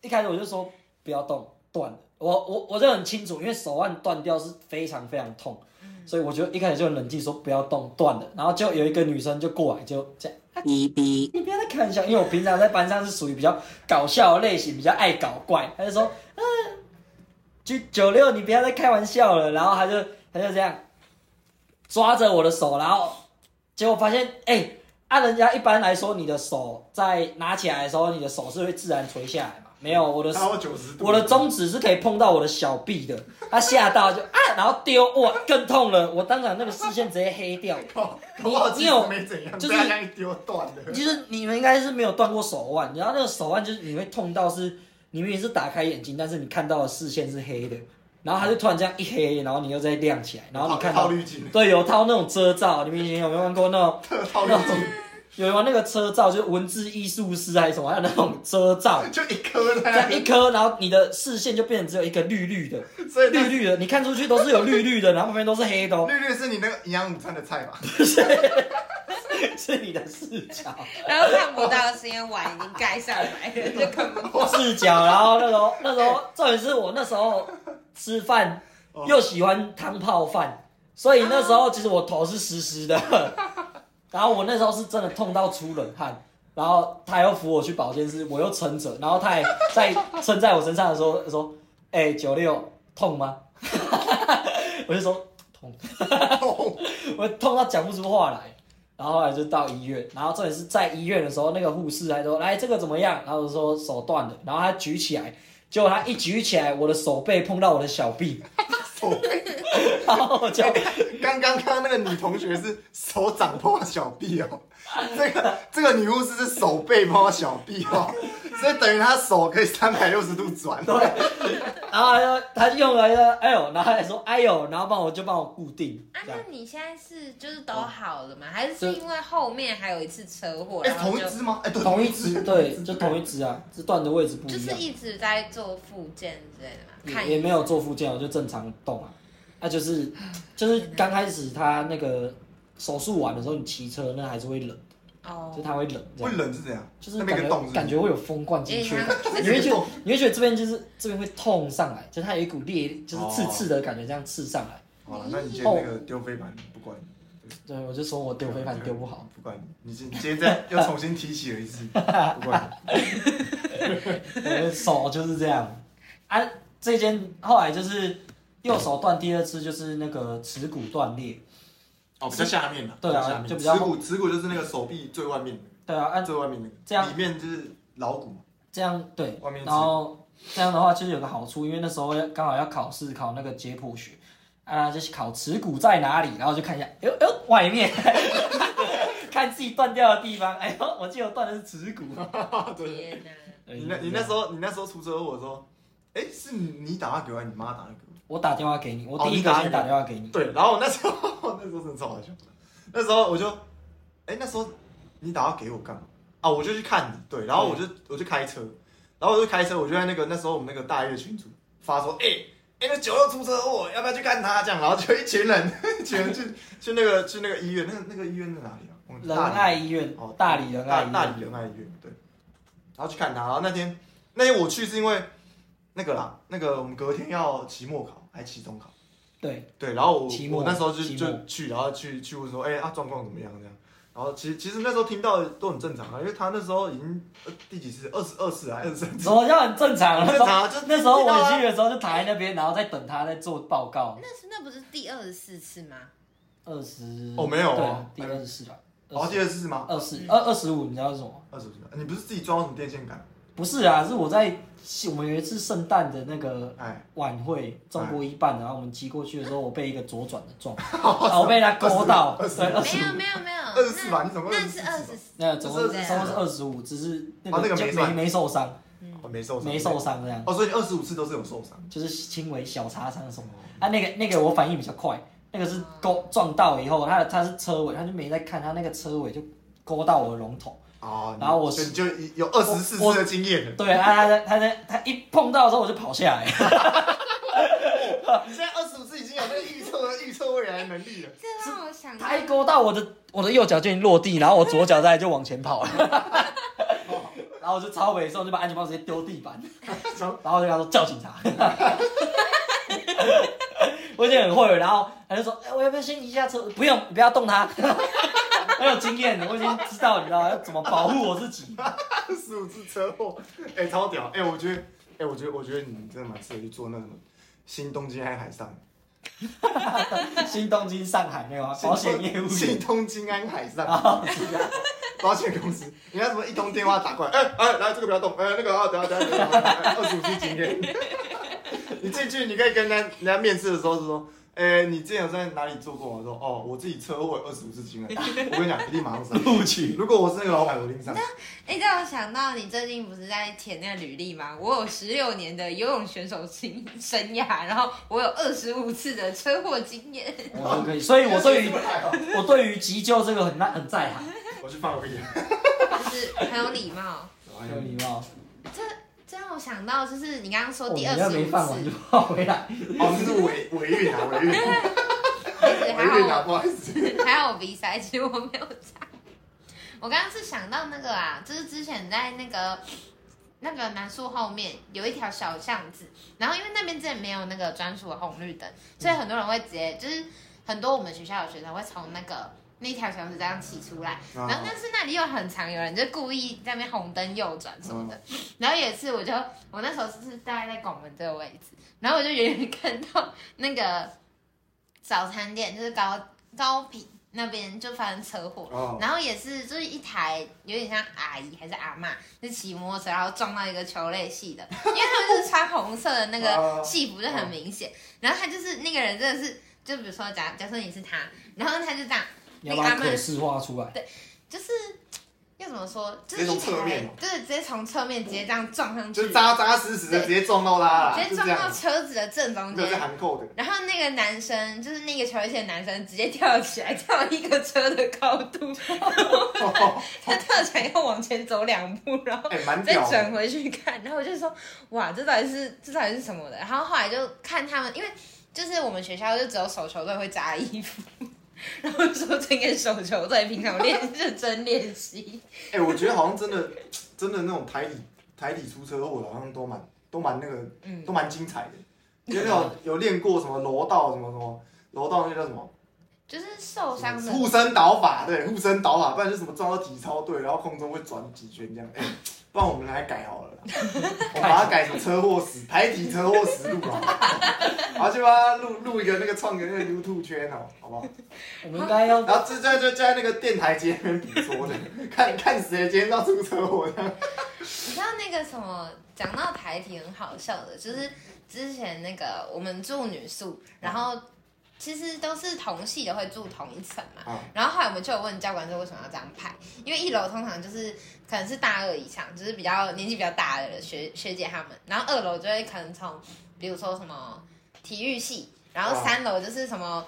B: 一开始我就说不要动，断了。我我我就很清楚，因为手腕断掉是非常非常痛，所以我就一开始就很冷静说不要动，断了。然后就有一个女生就过来就这样。
D: 一逼。
B: 你不要再开玩笑，因为我平常在班上是属于比较搞笑的类型，比较爱搞怪。他就说，嗯、就九六，你不要再开玩笑了。然后他就他就这样抓着我的手，然后结果发现，哎、按人家一般来说，你的手在拿起来的时候，你的手是会自然垂下来嘛？没有，我的
A: 然后九十度，
B: 我的中指是可以碰到我的小臂的，他吓到就啊，然后丢哇，更痛了，我当场那个视线直接黑掉。
A: 靠，
B: 你
A: 我
B: 你有
A: 没怎样，
B: 就是
A: 被他这样一丢断了。
B: 就是你们应该是没有断过手腕，然后那个手腕就是你会痛到是，你明明是打开眼睛，但是你看到的视线是黑的，然后它就突然这样一黑，然后你又再亮起来，然后你看
A: 套
B: 到
A: 滤镜，
B: 对有套那种遮罩，你们以前有没有玩过那种
A: 套滤镜，
B: 有没有那个遮罩，就是文字艺术师还是什么，还有那种遮罩，
A: 就一颗
B: 这
A: 在那
B: 样一
A: 边，
B: 颗，然后你的视线就变成只有一个绿绿的，
A: 所以
B: 绿
A: 绿
B: 绿的，你看出去都是有绿绿的，然后旁边都是黑的、哦，
A: 绿绿是你那个营养午餐的菜吧？
B: 是你的视角。
C: 然后看不到是因为碗已经盖上来了，就看不到。
B: 视角，然后那时候那时候重点是我那时候吃饭
A: 哦
B: 又喜欢汤泡饭，所以那时候其实我头是湿湿的， 然后我那时候是真的痛到出冷汗，然后他又扶我去保健室，我又撑着，然后他还在撑在我身上的时候说：“哎、九六痛吗？” 我就说痛， 我痛到讲不出话来。然后后来就到医院，然后重点是在医院的时候，那个护士还说：“来，这个怎么样？”然后我说手断了，然后他举起来，结果他一举起来，我的手背碰到我的小臂，
A: 手背
B: 然后我就
A: 刚刚刚那个女同学是手掌碰到小臂哦，这个这个女护士是手背碰到小臂哦，所以等于她手可以三百六十度转。
B: 对，然后他就他就用了一个哎呦，然后还说哎呦，然后帮我就帮我固定，
C: 啊，
B: 这
C: 那
B: 样
C: 你现在是就是都好了吗？还是是因为后面还有一次车祸，
A: 哎，
C: 然后
A: 同一
C: 就
A: 只吗？哎，对，
B: 同一只对，就同一只啊，只断的位置不
C: 就
B: 一
C: 是
B: 样，
C: 一直在做复健之类的嘛？看
B: 也也没有做附件，我就正常动啊，那就是就是刚开始他那个手术完的时候，你骑车那还是会冷，
C: 哦
B: 就，他会冷，这
A: 会
B: 样。
A: 冷是怎样？
B: 就是
A: 那
B: 感
A: 边一个洞是
B: 觉
A: 不是
B: 感觉会有风灌进去的感觉，
A: 哎
B: 你会觉得你会觉得这边就是这边会痛上来，就是它有一股裂，就是
A: 哦
B: 刺刺的感觉这样刺上来。
A: 好了，那你今天那个丢飞盘不管你，
B: 对，我就说我丢飞盘丢 不好，
A: 不管你，你今天这样又重新提起了一次，不 管
B: 我的手就是这样。啊，这件后来就是右手断，第二次就是那个耻骨断裂。
A: 哦，比较下面了，
B: 对啊
A: 比较下面
B: 就比较
A: 耻骨，耻骨就是那个手臂最外面的，
B: 对啊，按、
A: 最外面那个，
B: 这样
A: 里面就是老骨嘛，
B: 这样对
A: 外面，吃
B: 然后这样的话就是有个好处，因为那时候要刚好要考试考那个解剖学，啊，就是考耻骨在哪里，然后就看一下，哎呦哎呦，外面， 看自己断掉的地方，哎呦，我记得我断的是耻骨。
A: 对，
C: 天哪！
A: 你那你那时候你那时候出车祸的时候，哎，是你打电话给我，还是你妈打电话给我？
B: 我打电话给你，我
A: 哦
B: 第一
A: 你
B: 个
A: 打
B: 先打电话给你，
A: 对，然后那时候 那时候真的超好笑，那时候我就，哎，那时候你打电话给我干嘛？啊，我就去看你，对，然后我就
B: 嗯
A: 我就开车，然后我就开车，我就在那个那时候我们那个大一的群组发说，哎、哎、那九六出车祸，要不要去看他？这样，然后就一群人， 一群人去去那个去那个医院，那个那个医院在哪里啊？忘记
B: 仁
A: 大理
B: 爱医院
A: 哦，
B: 大理仁爱医
A: 大
B: 院，
A: 理仁爱医院，对。然后去看他，然后那天那天我去是因为那个啦，那个我们隔天要期末考还期中考，
B: 对，
A: 对，然后我
B: 期末
A: 我那时候就
B: 期末
A: 就去，然后去去问说，哎、啊状况怎么样这样。然后其实其实那时候听到都很正常啊，因为他那时候已经呃第几次二十二次还是二十三次，
B: 说要很正常。那
A: 很
B: 时
A: 正
B: 候
A: 常啊，就
B: 那时候
A: 听到啊
B: 我去的时候就躺在那边，然后再等他在做报告。
C: 那是那不是第二十四次吗？
B: 二十
A: 哦没有
B: 对
A: 哦，
B: 第二十四吧，
A: 哦第二次吗？
B: 二十二二十五，你知道是什么吗？
A: 二十五次，你不是自己装什么电线杆？
B: 不是啊，是我在我们有一次圣诞的那个
A: 哎，
B: 晚会中过一半，然后我们骑过去的时候，我被一个左转的撞，然后我被他勾到，
A: 25
B: 对，二十
C: 没有
B: 五，
C: 没有没有，
A: 二十四吧
C: 那
A: 你总共
C: 那是二
A: 24
C: 十四，
B: 那总共
A: 这
C: 是
B: 总共是二十五，只是那
A: 哦那个
B: 个就
A: 没
B: 没
A: 算
B: 没受伤，
A: 我哦没受伤，
B: 嗯没受伤这样，
A: 哦，所以你二十五次都是有受伤。
B: 就是轻微小擦伤什么。啊，那个那个我反应比较快，那个是勾撞到以后，他的他是车尾，他就没在看，他那个车尾就勾到我的龙头。
A: 哦，
B: 然后我
A: 所以你就有二十四
B: 我
A: 次的经验了。
B: 对，啊，他在他在他一碰到的时候我就跑下来，
A: 你现在二十五次已经有那个预测预测未来的能力了。
C: 这让我想到
B: 他一勾到我的我的右脚就已经落地，然后我左脚在就往前 跑了，然后我就超猥琐，就把安全帽直接丢地 板，然后我就跟他说叫警察。 我已经很会了，然后他就说：“哎、我要不要先移一下车？不用，你不要动它。 很有经验，我已经知道，你知道要怎么保护我自己。
A: 二十五次车祸，哎、超屌！哎、我觉得，哎、我觉得，我觉得你真的蛮适合去做那种新东京安海上
B: 新东京、上海那个吗保险业务
A: 新
B: 员，啊
A: 东京安海上保险公司，人家什么一通电话打过来，哎、 哎、来这个不要动，哎、那个啊，等下等下等下，二十五次 经验。你进去，你可以跟人家人家面试的时候是说。哎、你之前有在哪里做过吗？我说哦，我自己车祸有二十五次经验。我跟你讲，一定马上上。
B: 录取。
A: 如果我是那个老板，我拎上。
C: 哎，让我想到你最近不是在填那个履历吗？我有十六年的游泳选手经生涯，然后我有二十五次的车祸经验。
B: 我就可以，所哎以我对于
A: 不来哦
B: 我对于急救这个很难很在行，
A: 我去放个屁。啊
C: 就是很有礼貌。
A: 哎
B: 有礼貌。
C: 这让我想到，就是你刚刚说
B: 我
C: 第
B: 们
C: 二
B: 要
C: 十
B: 哦没
C: 五
B: 放完就
C: 次，
B: 跑回来。
A: 哦，这是尾尾韵啊， 尾韵，
C: 就是还
A: 尾韵啊，
C: 好
A: 不好意思。
C: 还好我鼻塞，其实我没有擦。我刚刚是想到那个啊，就是之前在那个那个南树后面有一条小巷子，然后因为那边真的没有那个专属的红绿灯，所以很多人会直接就是很多我们学校的学生会从那个那条小巷子这样骑出来。 然后但是那里又很常有人就故意在那边红灯右转什么的。
A: 嗯
C: 然后有一次我就我那时候是大概在拱门这个位置，然后我就远远看到那个早餐店就是高高品那边就发生车祸。
A: 哦，
C: 然后也是，就是一台有点像阿姨还是阿嬷，就骑摩托车，然后撞到一个球类系的，因为他们就是穿红色的那个
A: 哦
C: 戏服就很明显。然后他就是那个人真的是，就比如说假假设你是他，然后他就这样，
B: 你要把可视化出 来，
C: 就是要怎么说，
A: 直
C: 就是
A: 接从
C: 一台
A: 侧面哦
C: 就是直接从侧面直接这样撞上去，
A: 就扎扎实实的直接撞到啦，
C: 直接
A: 就
C: 撞
A: 这
C: 到
A: 样，
C: 车子的正中
A: 没有在
C: 间。
A: 含扣 的。
C: 然后那个男生，就是那个球鞋的男生，直接跳起来，跳一个车的高度，他跳起来要往前走两步，然后
A: 哎，蛮
C: 再
A: 屌的。
C: 转回去看，然后我就说，哇，这到底是这到底是什么的？然后后来就看他们，因为就是我们学校就只有手球队会扎衣服，然后说这个手球队平常练 认真练习，
A: 哎，我觉得好像真的，真的那种台里台里出车祸的，好像都蛮都蛮那个，
C: 嗯，
A: 都蛮精彩的。有那种有练过什么柔道什么什么柔道那叫什么
C: 就是受伤的
A: 护身倒法，对，护身倒法，不然就什么撞到体操队，然后空中会转几圈这样。哎，不然我们来改好了 啦，我把它改成车祸史，台体车祸实录啊，然后就把它录录一个那个创个那个 YouTube 圈哦，好不好？
B: 我们应该要
A: 然后就在就在那个电台街那边比说 的，看看谁今天要出车祸这样。
C: 你知道那个什么，讲到台体很好笑的，就是之前那个我们住女宿，然后其实都是同系的会住同一层嘛。
A: 啊
C: 然后后来我们就有问教官说为什么要这样排，因为一楼通常就是可能是大二以上，就是比较年纪比较大的学学姐他们，然后二楼就会可能从比如说什么体育系，然后
A: 啊
C: 三楼就是什么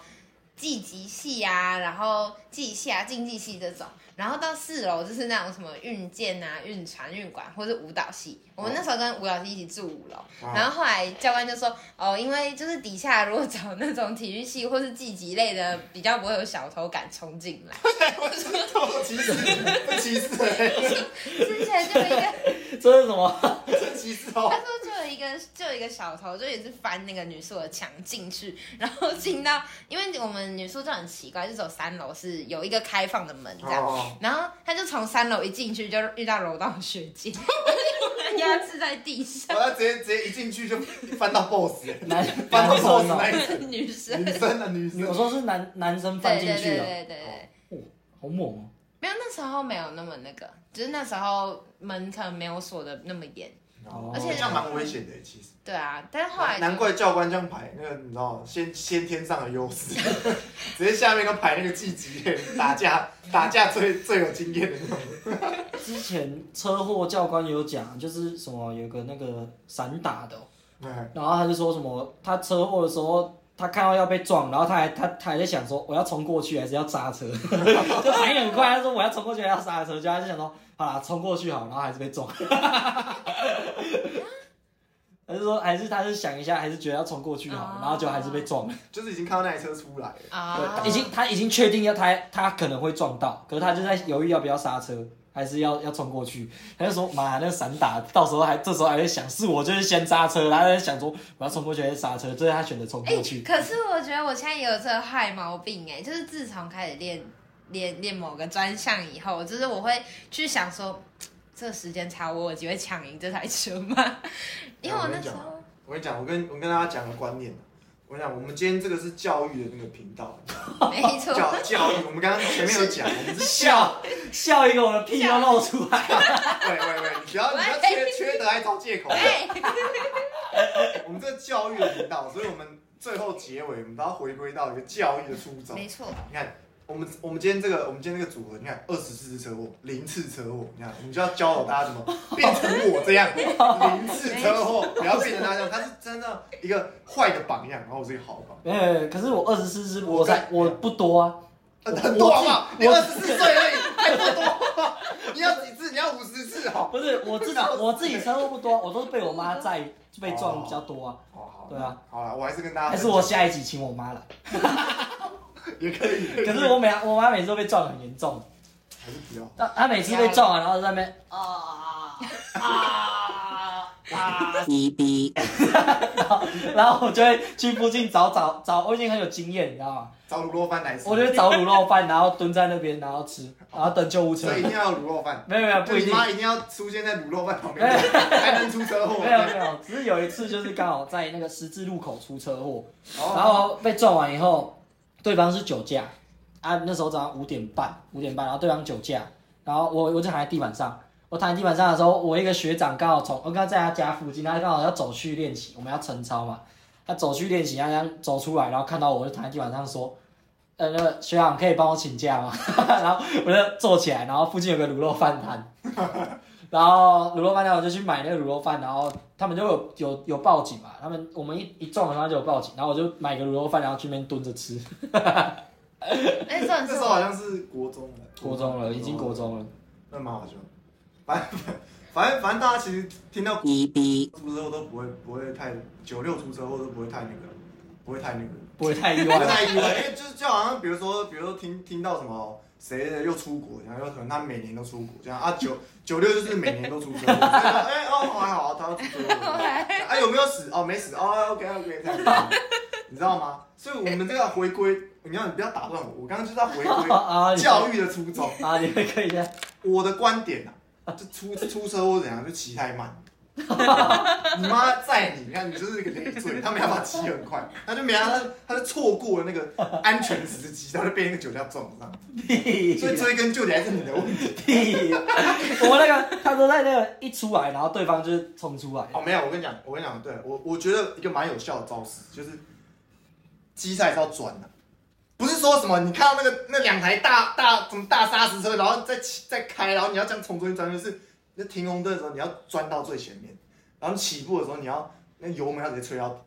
C: 技击系啊，然后技校、竞技系这种，然后到四楼就是那种什么运剑啊、运船、运管或者舞蹈系。我们那时候跟舞蹈系一起住五楼，
A: 啊
C: 然后后来教官就说，哦，因为就是底下如果找那种体育系或是技击类的，比较不会有小偷敢冲进来。
A: 我歧视，被歧视了，
C: 之前就有一个，
B: 这是什么？
A: 真歧视哦
C: 他！说就有一个就有一个小偷，就也是翻那个女宿的墙进去，然后进到，因为我们女宿就很奇怪，就走三楼是有一个开放的门这样，
A: 哦，
C: 然后他就从三楼一进去就遇到楼道学姐， 压制在地上，
A: 我要直接直接一进去就翻到 boss，
B: 男
A: 翻到
B: 男
A: boss
B: 生哦
A: 那一层，
C: 女生，
A: 女生的啊女
B: 女我
A: 生，
B: 说是男男生翻
C: 对
B: 进
C: 对对
B: 去了，哦
C: 对对对。
B: 好猛哦！
C: 没有，那时候没有那么那个，就是那时候门可能没有锁的那么严。
A: 哦
B: 而且
A: 这样蛮危险的，其实。
C: 对啊，但是后来就
A: 难怪教官这样排，那个你知道，先先天上的优势， 直接下面都排那个技击类打架，打架最最有经验的那种。
B: 之前车祸教官有讲，就是什么有个那个散打的哦、
A: 哎
B: 然后他就说什么他车祸的时候，他看到要被撞，然后他还他他还在想说我要冲过去还是要刹车， 就反应很快，他说我要冲过去还是要刹车，就他就想说好啦，冲过去好，然后还是被 撞。他就说还是他是想一下，还是觉得要冲过去好
C: 哦，
B: 然后就还是被撞了。
A: 就是已经看到那台车出来了，
C: 啊，
B: 对，已经他已经确定要他他可能会撞到，可是他就在犹豫要不要刹车，还是要要冲过去。他就说：“妈，那散打，到时候还这时候还在想，是我就是先刹车，然后在想说我要冲过去还是刹车，最后他选择冲
C: 哎、
B: 过去。
C: 可是我觉得我现在也有这个坏毛病哎、就是自从开始练练练某个专项以后，就是我会去想说，这个时间差我有机会抢赢这台车吗？因为我那时
A: 哎
C: 候
A: 我跟你讲，我跟我跟大家讲个观念啊我跟你讲，我们今天这个是教育的那个频道，
C: 没错，
A: 教教育。我们刚刚前面有讲，我们是
B: 笑 笑一个，我的屁都露出来。
A: 喂喂喂，你不要你不要缺缺德还找借口。
C: 哎、
A: 我们这个教育的频道，所以我们最后结尾，我们都要回归到一个教育的初衷。
C: 没错，
A: 你看，我们我们今天这个我们今天这个组合，你看二十次车祸，零次车祸，你看，我们就要教导大家怎 么变成我这样，零次车祸，不要变成他这样，他是真的一个坏的榜样，然后我是一个好的榜
B: 呃，可是我二十四是我才我不多啊，
A: 样，
B: 我
A: 很多好不好？你
B: 我
A: 二十四岁而 已，还不多好 不好，你要几次？你要五十次哦好。
B: 不是我自己我自己车祸不多，我都是被我妈在被撞比较多啊。
A: 哦，好，
B: 对啊，
A: 好了，我还是跟大家
B: 还
A: 分
B: 是
A: 享，
B: 我下一集请我妈来。
A: 也可以，可以
B: 可是我每我妈每次都被撞得很严重。”
A: 还是不要。
B: 他他每次被撞完，然后在那边啊啊啊，逼逼， 然后然后我就会去附近找找找，我已经很有经验，你知道吗？
A: 找卤肉饭来吃，
B: 我就会找卤肉饭，然后蹲在那边，然后吃，然后等救护车
A: 所。以一定要有卤肉饭。
B: 没有没有
A: 就
B: 不一
A: 你
B: 定，哎
A: 妈一定要出现在卤肉饭旁边，才能出车祸。
B: 没有没有，只是有一次就是刚好在那个十字路口出车祸，
A: 哦
B: 然后被撞完以后，对方是酒驾啊，那时候早上五点半，五点半，然后对方酒驾，然后我我就躺在地板上，我躺在地板上的时候，我一个学长刚好从我刚好在他家附近，他刚好要走去练习，我们要晨操嘛，他走去练习，他刚走出来，然后看到我我就躺在地板上说。呃，那个学长可以帮我请假吗？ 然后我就坐起来，然后附近有个卤肉饭摊，然后卤肉饭摊我就去买那个卤肉饭，然后他们就有有有报警嘛，他们我们一一撞的话就有报警，然后我就买个卤肉饭，然后去那边蹲着吃。
C: 哎、这种
A: 那
C: 是
A: 时候好像是国中了，哦
B: 国中了，已经国，中了，
A: 那蛮好笑。反 正反正反正大家其实听到
B: 逼逼，
A: 出车祸都不会不会太九六出车祸都不会太那个，不会太那个，
B: 不会太意
A: 不
B: 外
A: 会
B: 了。
A: 太意外，因为就是就好像比如说比如说听听到什么谁的又出国，然后有可能他每年都出国这样啊九九六就是每年都出车祸，所以他哎哦还好啊他要出车祸， 啊有没有死哦没死哦 OK OK 这样子，你知道吗？所以我们这个回归，你要你不要打断我，我刚刚就是要回归
B: 啊，你
A: 教育的初衷。
B: 啊，你们可以 的。
A: 我的观点啊，就出出车祸怎样，就骑太慢。你妈载你，你看你就是一个累赘，他没办法骑很快，他就没办法，他就错过了那个安全时机，他就被那个酒驾撞上，
B: 屁
A: 所以追根究底还是你的问题。
B: 屁， 我那个他说在那个一出来，然后对方就是冲出来，
A: 哦，没有，我跟你讲，我跟你讲，对我我觉得一个蛮有效的招式就是，机车还是要转的、不是说什么你看到那个那两台大大什么大砂石车，然后再骑再开，然后你要这样从中间钻，就是那停红灯的时候你要钻到最前面，然后起步的时候你要那油门要直接吹到底。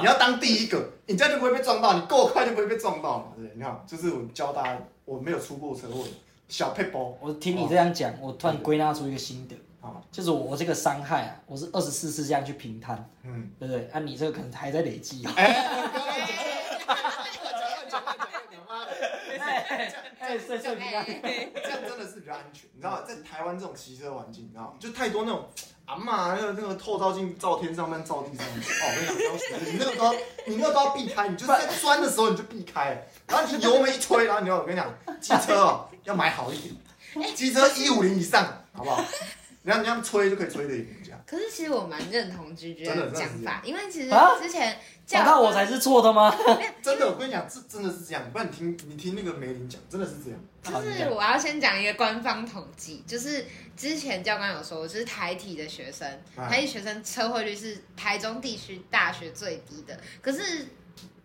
A: 你要当第一个，你这样就不会被撞到，你够快就不会被撞到嘛，对不对？你看，就是我教大家，我没有出过车祸，小配包
B: 我听你这样讲，我突然归纳出一个心得，
A: 啊，
B: 就是我这个伤害啊，我是二十四次这样去平摊，
A: 嗯，
B: 对不对？啊，你这个可能还在累积哦。哎，碎碎平安。
C: 哎
A: 这样真的是比较安全，你知道，在台湾这种骑车环境，你知道吗，就太多那种阿妈那个那个透照镜照天上面照地上面，哦，我跟你讲，你那个都要你那个都要避开，你就是在钻的时候你就避开，然后你油门一吹，然后你要我跟你讲，机车哦要买好一点，机车一五零以上，好不好？你要你这样吹就可以吹得赢人家，
C: 可是其实我蛮认同居居的讲法，因为其实
B: 啊
C: 之前
B: 难道我才是错的吗？
A: 真的，我跟你讲，这真的是这样，不然你听你听那个梅林讲，真的是这样，
C: 就
B: 你
C: 是
B: 讲
C: 我要先讲一个官方统计，就是之前教官有说，就是台体的学生，
A: 哎
C: 台体学生车祸率是台中地区大学最低的，可是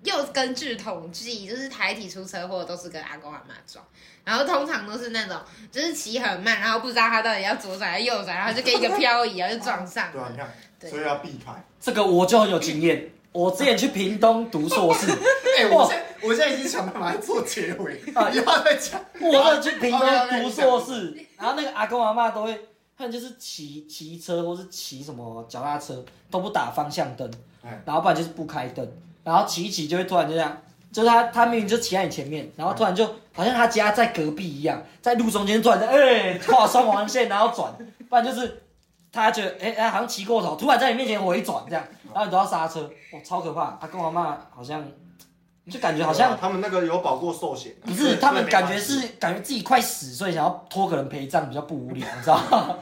C: 又根据统计，就是台体出车祸都是跟阿公阿妈撞，然后通常都是那种就是骑很慢，然后不知道他到底要左转还是右转，然后就跟一个漂移，然后就撞上
A: 对吧、啊
C: 了。
A: 你看，
C: 对
A: 所以要避开。
B: 这个我就很有经验。我之前去屏东读硕士，
A: 哎、我现在我现在已经想办法做结尾，
B: 啊
A: 不要再讲。
B: 我真的去屏东读硕士，然后那个阿公阿妈都会，他们就是骑骑车或是骑什么脚踏车都不打方向灯
A: 哎，
B: 然后不然就是不开灯，然后骑一骑就会突然就这样，就是他他明明就骑在你前面，然后突然就好像他家在隔壁一样，在路中间突然在哎跨双黄线然后转，不然就是他觉得哎哎好像骑过头，突然在你面前回转这样，然后你都要刹车，哇超可怕！阿公阿妈好像就感觉好像
A: 对啊他们那个有保过寿险，啊
B: 不
A: 所
B: 是，
A: 以
B: 他们感觉
A: 所以
B: 是感觉自己快死，所以想要拖个人陪葬，比较不无聊，你知道吗？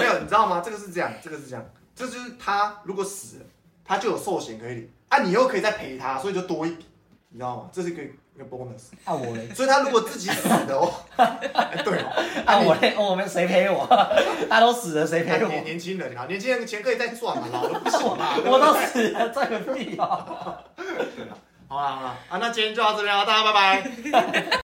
A: 没有，你知道吗？这个是这样，这个是这样，这就是他如果死了，他就有寿险可以领啊，你又可以再赔他，所以就多一笔，你知道吗？这是一个一个 bonus。
B: 啊我嘞，
A: 所以他如果自己死的 哦，哎对哦，
B: 啊我嘞，哦我们谁陪我？ 大家都死了，谁
A: 哎
B: 陪
A: 年
B: 我？
A: 年轻人啊，年轻人钱可以再赚嘛，老了不行啊嘛。
B: 我都死了，赚个屁啊！啊
A: 好啦好啦，啊，那今天就到这边了，大家拜拜。